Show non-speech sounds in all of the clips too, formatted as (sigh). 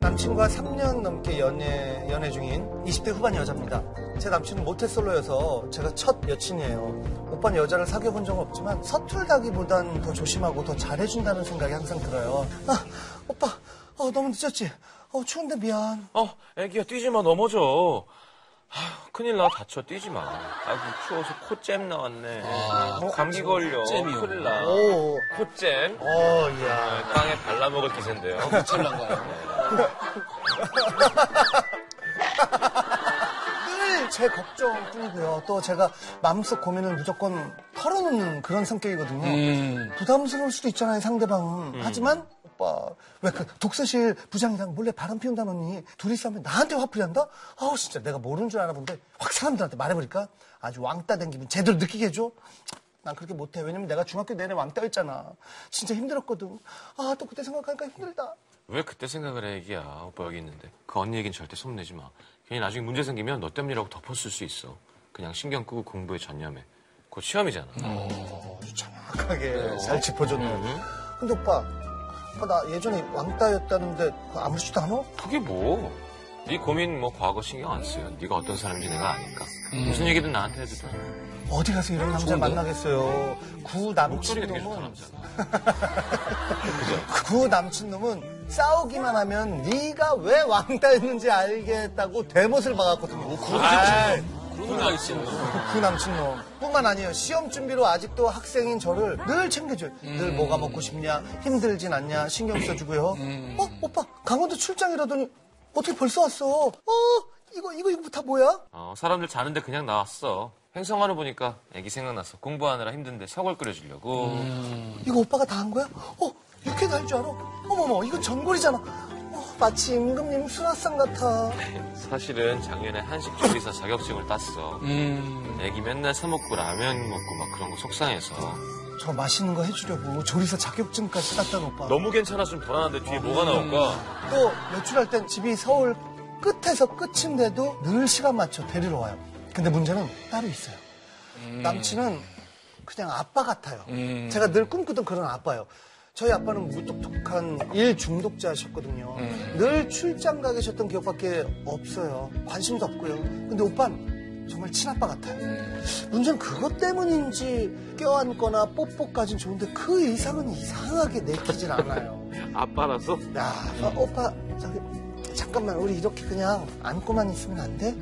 남친과 3년 넘게 연애, 연애 중인 20대 후반 여자입니다. 제 남친은 모태솔로여서 제가 첫 여친이에요. 오빠는 여자를 사귀어본 적은 없지만 서툴다기보단 더 조심하고 더 잘해준다는 생각이 항상 들어요. 아, 오빠, 어, 너무 늦었지? 어, 추운데 미안. 어, 애기야, 뛰지 마, 넘어져. 아휴, 큰일 나, 다쳐, 뛰지 마. 아이고, 추워서 코잼 나왔네. 어, 감기 걸려. 아, 콧잼이요. 큰일 나. 오, 코잼. 어, 이야. 땅에 발라먹을 기세인데요. 아, 그 철난가요? 늘 제 걱정뿐이고요. 또 제가 마음속 고민을 무조건 털어놓는 그런 성격이거든요. 음. 부담스러울 수도 있잖아요, 상대방은. 하지만, 오빠, 왜 그 독서실 부장이랑 몰래 바람 피운다느니 둘이 싸우면 나한테 화풀이 한다? 아우, 진짜 내가 모르는 줄 알아본데 확 사람들한테 말해버릴까? 아주 왕따 된 기분 제대로 느끼게 해줘? 난 그렇게 못해. 왜냐면 내가 중학교 내내 왕따였잖아. 진짜 힘들었거든. 아, 또 그때 생각하니까 힘들다. 왜 그때 생각을 해, 애기야. 오빠 여기 있는데. 그 언니 얘긴 절대 손내지 마. 괜히 나중에 문제 생기면 너 때문이라고 덮었을 수 있어. 그냥 신경 끄고 공부에 전념해. 곧 시험이잖아. 음. 정확하게 잘 짚어줬네요. 근데 오빠, 오빠 나 예전에 왕따였다는데 그거 아무렇지도 않아? 그게 뭐? 네 고민 뭐 과거 신경 안 써요. 네가 어떤 사람인지 내가 아니까. 음. 무슨 얘기든 나한테 해도 돼. 어디 가서 이런 남자 좋은데? 만나겠어요. 구 남친 네. 목소리가 되게 뭐 좋다 놈은 남자가. 구 남친 놈은 싸우기만 하면 네가 왜 왕따였는지 알겠다고 대못을 박았거든요. 아이, 그런 거 있어요. 그 남친놈 뿐만 아니에요 시험 준비로 아직도 학생인 저를 늘 챙겨줘요 늘 뭐가 먹고 싶냐 힘들진 않냐 신경 써주고요 어? 오빠 강원도 출장이라더니 어떻게 벌써 왔어 어? 이거 이거 이거 다 뭐야? 어, 사람들 자는데 그냥 나왔어. 행성하러 보니까 애기 생각나서 공부하느라 힘든데 사골 끓여주려고. 이거 오빠가 다 한 거야? 어? 이렇게 다 할 줄 알아? 어머머 이건 전골이잖아 어, 마치 임금님 수라상 같아 사실은 작년에 한식 조리사 자격증을 땄어. 음. 애기 맨날 사먹고 라면 먹고 막 그런 거 속상해서. 저 맛있는 거 해주려고 조리사 자격증까지 땄던 오빠 너무 괜찮아 좀 불안한데 뒤에 뭐가 나올까? 또 외출할 땐 집이 서울 끝에서 끝인데도 늘 시간 맞춰 데리러 와요. 근데 문제는 따로 있어요. 남친은 그냥 아빠 같아요. 음. 제가 늘 꿈꾸던 그런 아빠예요. 저희 아빠는 무뚝뚝한 일 중독자셨거든요. 늘 출장 가 계셨던 기억밖에 없어요. 관심도 없고요. 근데 오빠는 정말 친아빠 같아요. 문제는 그것 때문인지 껴안거나 뽀뽀까진 좋은데 그 이상은 이상하게 내키질 않아요. 아빠라서? 야, 아, 오빠, 저기, 잠깐만, 우리 이렇게 그냥 안고만 있으면 안 돼?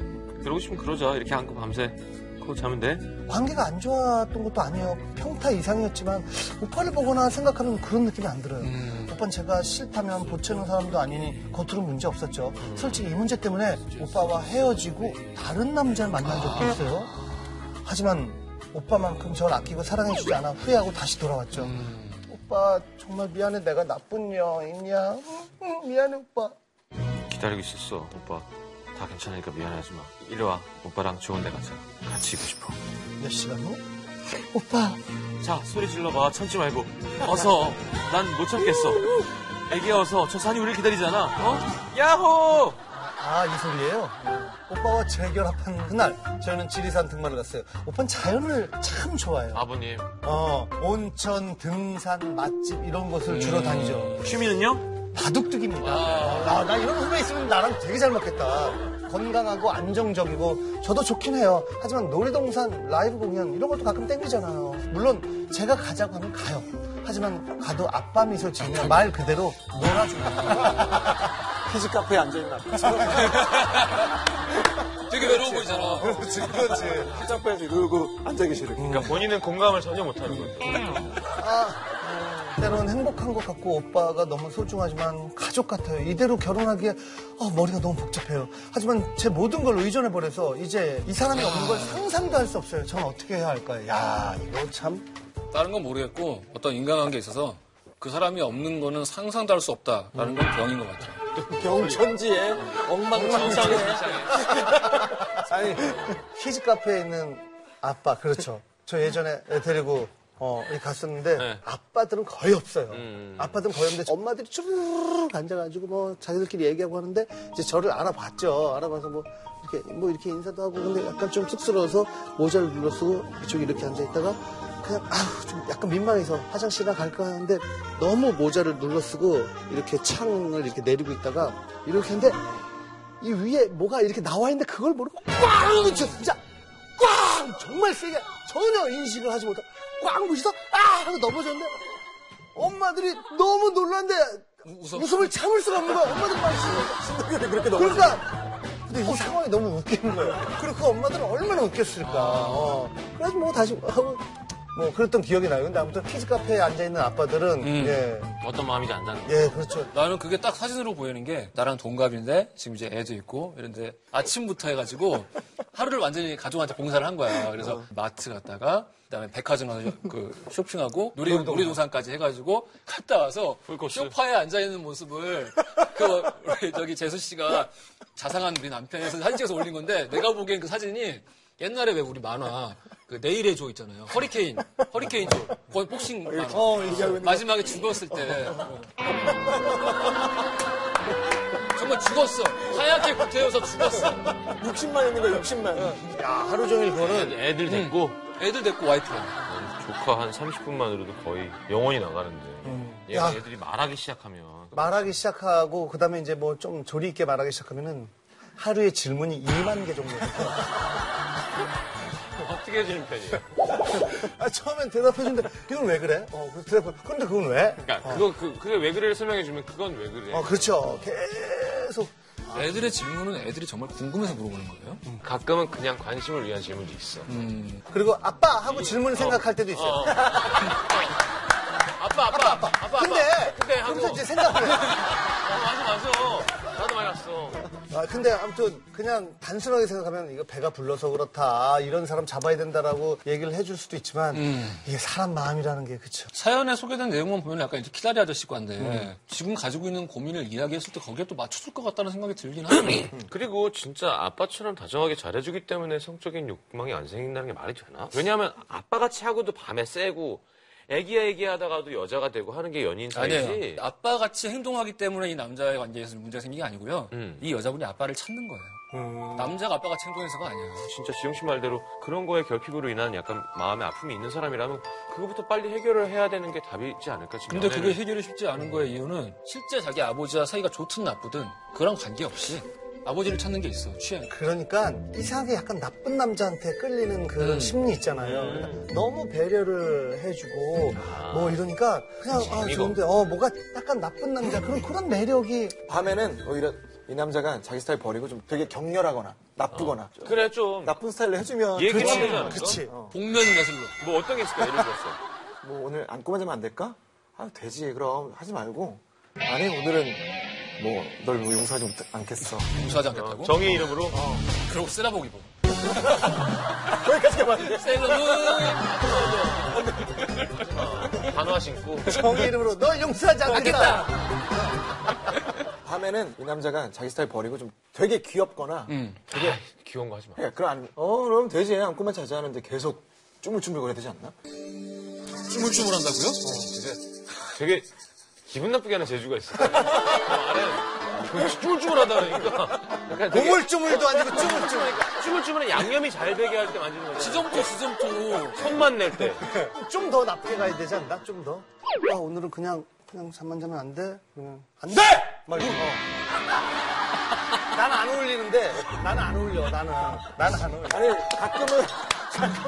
그러고 싶으면 그러자. 이렇게 안고 밤새. 그거 자면 돼? 관계가 안 좋았던 것도 아니에요. 평타 이상이었지만, 오빠를 보거나 생각하면 그런 느낌이 안 들어요. 음. 오빠는 제가 싫다면 보채는 사람도 아니니, 겉으로는 문제 없었죠. 솔직히 이 문제 때문에 오빠와 헤어지고, 다른 남자를 만난 적도 있어요. 하지만, 오빠만큼 저를 아끼고 사랑해주지 않아 후회하고 다시 돌아왔죠. 오빠, 정말 미안해. 내가 나쁜 여인이야. 응, 응, 미안해, 오빠. 기다리고 있었어, 오빠. 다 괜찮으니까 미안하지 마. 이리 와. 오빠랑 좋은 데 가자. 같이 있고 싶어. 몇 시간 후? 오빠, 자, 소리 질러봐. 참지 말고. 어서. 난 못 참겠어. 애기 어서. 저 산이 우리 기다리잖아. 어? 야호! 아, 이 소리예요? 오빠와 재결합한 그날, 저희는 지리산 등반을 갔어요. 오빠는 자연을 참 좋아해요. 아버님. 어, 온천, 등산, 맛집, 이런 곳을 주로 다니죠. 취미는요? 바둑둑입니다. 음. 아, 나 이런 후배 있으면 나랑 되게 잘 맞겠다. 건강하고 안정적이고, 저도 좋긴 해요. 하지만 놀이동산, 라이브 공연, 이런 것도 가끔 땡기잖아요. 물론, 제가 가자고 하면 가요. 하지만, 가도 아빠 미소 지으면 말 그대로 피지 카페에 앉아있나? 되게 외로워 보이잖아. 피지 카페에서 이러고 앉아계시는 거. 음. 그러니까 본인은 공감을 전혀 못하는 거죠. 때론 행복한 것 같고 오빠가 너무 소중하지만 가족 같아요. 이대로 결혼하기에 어, 머리가 너무 복잡해요. 하지만 제 모든 걸 의존해 버려서 이제 이 사람이 없는 걸 상상도 할 수 없어요. 저는 어떻게 해야 할까요? 야 이거 참 다른 건 모르겠고 어떤 인간관계에 있어서 그 사람이 없는 거는 상상도 할 수 없다라는 건 병인 것 같아요. 경천지에 엉망진창에. 아니 키즈 카페에 있는 아빠 그렇죠. 저 예전에 애 데리고 어, 이렇게 갔었는데 네. 아빠들은 거의 없어요. 음. 아빠들은 거의 없는데 엄마들이 쭈르륵 앉아가지고 뭐 자기들끼리 얘기하고 하는데 이제 저를 알아봤죠. 알아봐서 뭐 이렇게 뭐 이렇게 인사도 하고 근데 약간 좀 쑥스러워서 모자를 눌러쓰고 이쪽 이렇게 앉아있다가 그냥 아우 좀 약간 민망해서 화장실이나 갈까 하는데 너무 모자를 눌러쓰고 이렇게 창을 이렇게 내리고 있다가 이렇게 했는데 이 위에 뭐가 이렇게 나와 있는데 그걸 모르고 꽝! 저 진짜 꽝! 정말 세게 전혀 인식을 하지 못하고 꽝! 부시서 아! 하고 넘어졌는데 엄마들이 너무 놀란데 웃어. 웃음을 참을 수가 없는 거야. 엄마들 말씀 신동엽이 그렇게 넘어. 그러니까 근데 이 상황이 너무 웃기는 거예요. 그리고 그 엄마들은 얼마나 웃겼을까. 어. 그래서 뭐 다시 하고 뭐 그랬던 기억이 나요. 근데 아무튼 키즈 카페에 앉아 있는 음. 아빠들은 예. 어떤 마음인지 안다는 거. 예, 그렇죠. 나는 그게 딱 사진으로 보이는 게 나랑 동갑인데 지금 이제 애도 있고 이런데 아침부터 해가지고 하루를 완전히 가족한테 봉사를 한 거야. 그래서 마트 갔다가 그다음에 백화점 가서 그 (laughs) 쇼핑하고 놀이, 놀이동산까지 해가지고 갔다 와서 풀코스. 쇼파에 앉아 있는 모습을 그 우리 저기 재수 씨가 자상한 우리 남편에서 사진 찍어서 올린 건데 내가 보기엔 그 사진이 옛날에 왜 우리 만화 그 내일의 조 있잖아요. 허리케인 허리케인 조. 거의 복싱 만화. 마지막에 죽었을 때 정말 죽었어. 하얗게 구태여서 죽었어. 60만 있는 거야, 60만. 야, 하루 종일 그거는 애들 됐고 애들 데리고 와이프랑. 조카 한 30분만으로도 거의 영원히 나가는데 얘가 야. 애들이 말하기 시작하면 말하기 시작하고 그다음에 이제 뭐 좀 조리 있게 말하기 시작하면은 하루에 질문이 2만 개 정도. (laughs) 돼요. 어떻게 해주는 편이에요? 아, 처음엔 대답해 주는데 이건 왜 그래? 어, 그 대답. 근데 그건 왜? 그러니까 그거 그, 그게 왜 그래를 설명해 주면 그건 왜 그래? 어, 그렇죠. 계속 애들의 질문은 애들이 정말 궁금해서 물어보는 거예요? 가끔은 그냥 관심을 위한 질문도 있어. 그리고 아빠 하고 질문 생각할 때도 있어요. 아빠 아빠 아빠 아빠. 근데 근데 하고 그래서 이제 생각을 해. 어, 맞아 맞아. 나도 많이 왔어. (laughs) 아, 근데 아무튼 그냥 단순하게 생각하면 이거 배가 불러서 그렇다. 이런 사람 잡아야 된다라고 얘기를 해줄 수도 있지만 이게 사람 마음이라는 게 그렇죠. 사연에 소개된 내용만 보면 약간 이제 키다리 아저씨관데 지금 가지고 있는 고민을 이야기했을 때 거기에 또 맞춰줄 것 같다는 생각이 들긴 하네. 그리고 진짜 아빠처럼 다정하게 잘해주기 때문에 성적인 욕망이 안 생긴다는 게 말이 되나? 왜냐하면 아빠 같이 하고도 밤에 세고 애기야 애기야 하다가도 여자가 되고 하는 게 연인 사이지. (clears throat) 아니에요. 아빠 같이 행동하기 때문에 이 남자의 관계에서 문제가 생긴 게 아니고요. 음. 이 여자분이 아빠를 찾는 거예요. 남자가 아빠 같이 행동해서가 아니에요. 진짜 지영 씨 말대로 그런 거에 결핍으로 인한 약간 마음의 아픔이 있는 사람이라면 그거부터 빨리 해결을 해야 되는 게 답이지 않을까 지금. 근데 그게 연애를 해결이 쉽지 않은 거의 이유는 음. 실제 자기 아버지와 사이가 좋든 나쁘든 그랑 관계없이 아버지를 찾는 게 있어. 취향. 그러니까 이상하게 약간 나쁜 남자한테 끌리는 음. 그런 심리 있잖아요. 그러니까 너무 배려를 해주고 뭐 이러니까 그냥 아 아. 재미가 좋은데 어 뭐가 약간 나쁜 남자 그런 그런 매력이 밤에는 오히려 이 남자가 자기 스타일 버리고 좀 되게 격렬하거나 나쁘거나 그래 좀 나쁜 스타일로 해주면 어, 얘기를 그치. 하면 그치. 복면 예술로. 뭐 어떤 게 있을까 예를 들었어. 뭐 오늘 안꼬마자면안 될까? 아 되지 그럼 하지 말고 아니 오늘은 뭐 널 용서하지 못- 않겠어 용서하지 않겠다고? 정의 이름으로 그러고 쓰라복 (laughs) 입어. 거기까지 가봤는데 세븐! 단화 신고. 정의 이름으로 너 그러니까. 용서하지 않겠다. 밤에는 이 남자가 자기 스타일 버리고 좀 되게 귀엽거나 음. 되게 귀여운 거 하지 마. 그러니까 그런 안- 어 그럼 되지 안꼬만 자자 하는데 계속 쭈물쭈물거려야 되지 않나? 쭈물쭈물 한다고요? 되게 기분 나쁘게 하는 재주가 있어. 어, 아래 쭈물쭈물하다 그러니까. 약간 되게 우물쭈물도 아니고 쭈물쭈물. 쭈물쭈물은 양념이 잘 되게 할 때 만지는 거잖 지점토, 지점토. 손만 낼 때. 좀 더 나쁘게 가야 되지 않나? 좀 더. 아 오늘은 그냥 그냥 잠만 자면 안 돼. 그냥 안 돼. 막 이거. 어. 난안 어울리는데 나는 안 어울려. 나는 나는 안 어울려. 아니 가끔은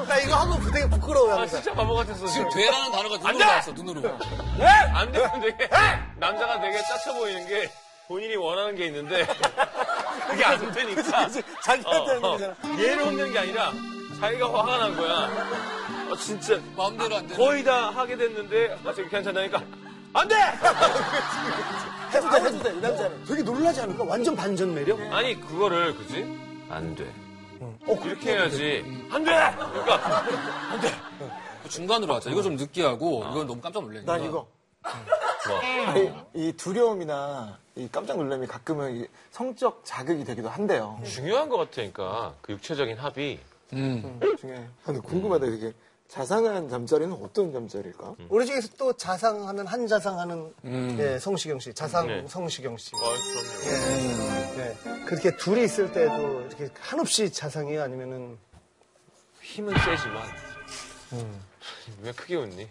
(laughs) 나 이거 하고 되게 부끄러워요. 아 항상. 진짜 바보 같았어. 지금 지금. 네? 되라는 단어가 눈으로 나왔어, 눈으로. 네? 안 되면 되게 남자가 되게 짜쳐 보이는 게 본인이 원하는 게 (laughs) 있는데 그게 안 되니까. 자기한테 하는 어, 거잖아 어. 얘를 혼낸 게 아니라 자기가 화가 난 거야. 어, 진짜 마음대로 안 되는. 거의 다 하게 됐는데 아, 저기 괜찮다니까 안 돼. 해도 돼, 해도 돼. 이 남자는 되게 놀라지 않을까? 완전 반전 매력? 아니 그거를 그지? 안 돼. 어, 그- 이렇게 해야지. 안 돼. 그러니까 그 중간으로 하자. 이거 좀 느끼하고, 이건 너무 깜짝 놀래. 난 이거 뭐. 아니, 이 두려움이나 이 깜짝 놀람이 가끔은 이 성적 자극이 되기도 한대요. 음. 중요한 것 같으니까 그 육체적인 합이 음. 중에 근데 음, 궁금하다 이게 자상한 잠자리는 어떤 잠자리일까? 우리 중에서 또 자상하면 한 자상하는 예, 성시경 씨, 자상 음. 네. 음. 성시경 씨. 그럼요. 예, 예. 그렇게 둘이 있을 때도 이렇게 한없이 자상해요 아니면은 힘은 세지만. 음. 왜 크게 웃니?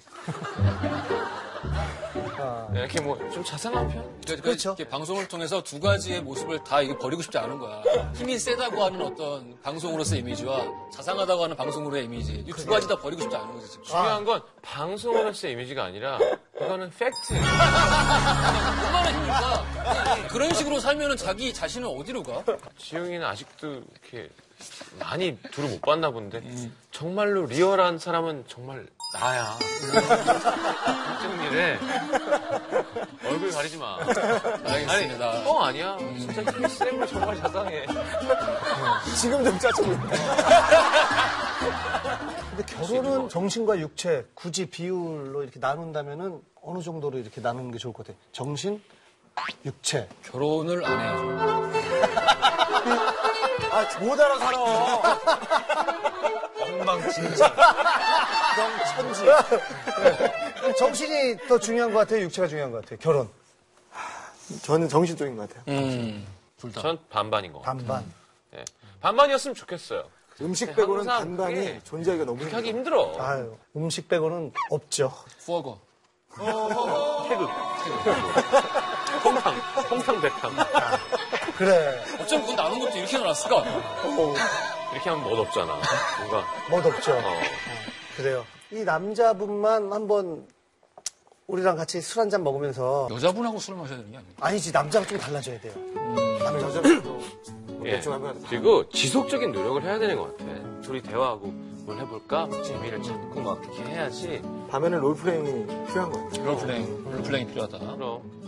아, 이렇게 뭐 좀 자상한 편? 그러니까 그렇죠. 이렇게 방송을 통해서 두 가지의 모습을 다 이게 버리고 싶지 않은 거야. 힘이 세다고 하는 어떤 방송으로서의 이미지와 자상하다고 하는 방송으로의 이미지. 이 두 가지 다 버리고 싶지 않은 거지, 지금. 중요한 건 방송으로서의 이미지가 아니라 이거는 팩트. 얼마나 힘들까? 그런 식으로 살면은 자기 자신은 어디로 가? 지웅이는 아직도 이렇게 많이 둘을 못 봤나 본데 음. 정말로 리얼한 사람은 정말 나야. 걱정이래. 얼굴 가리지 마. 알겠습니다. 아니, 뻥 아니야. 진짜 힘이 세고 정말 자상해. (laughs) 지금 좀 짜증 나. 근데 결혼은 정신과 육체 굳이 비율로 이렇게 나눈다면은 어느 정도로 이렇게 나누는 게 좋을 것 같아요. 정신, 육체. 결혼을 안 해야죠. 아, 못 알아살아. 천지. 예. 정신이 더 중요한 것 같아요. 육체가 중요한 것 같아요. 결혼 저는 정신적인 것 같아요. 음. 둘 다. 전 반반인 것 같아요. 반반. 예. 반반이었으면 좋겠어요. 음식 빼고는 네, 항상 반반이 그게 존재하기가 너무 그렇게 하기 힘들어. 힘들어. 아유 음식 빼고는 없죠. 후어거. 태극. 홍탕. 홍탕 백탕. 그래 어쩜 그건 나눈 것도 이렇게 나눴을까? 이렇게 하면 멋없잖아. 뭔가. 멋 없죠. 어. 그래요. 이 남자분만 한번 우리랑 같이 술 한 잔 먹으면서 여자분하고 술을 마셔야 되는 게 아니에요. 아니지 남자가 좀 달라져야 돼요. 남자들도 예. 대충 하면 그리고 지속적인 노력을 해야 되는 것 같아. 둘이 대화하고 뭘 해볼까? 재미를 찾고 막 이렇게 해야지. 밤에는 롤프레임이 필요한 것 같아요. 롤플레잉. 롤플레잉 필요하다. 그럼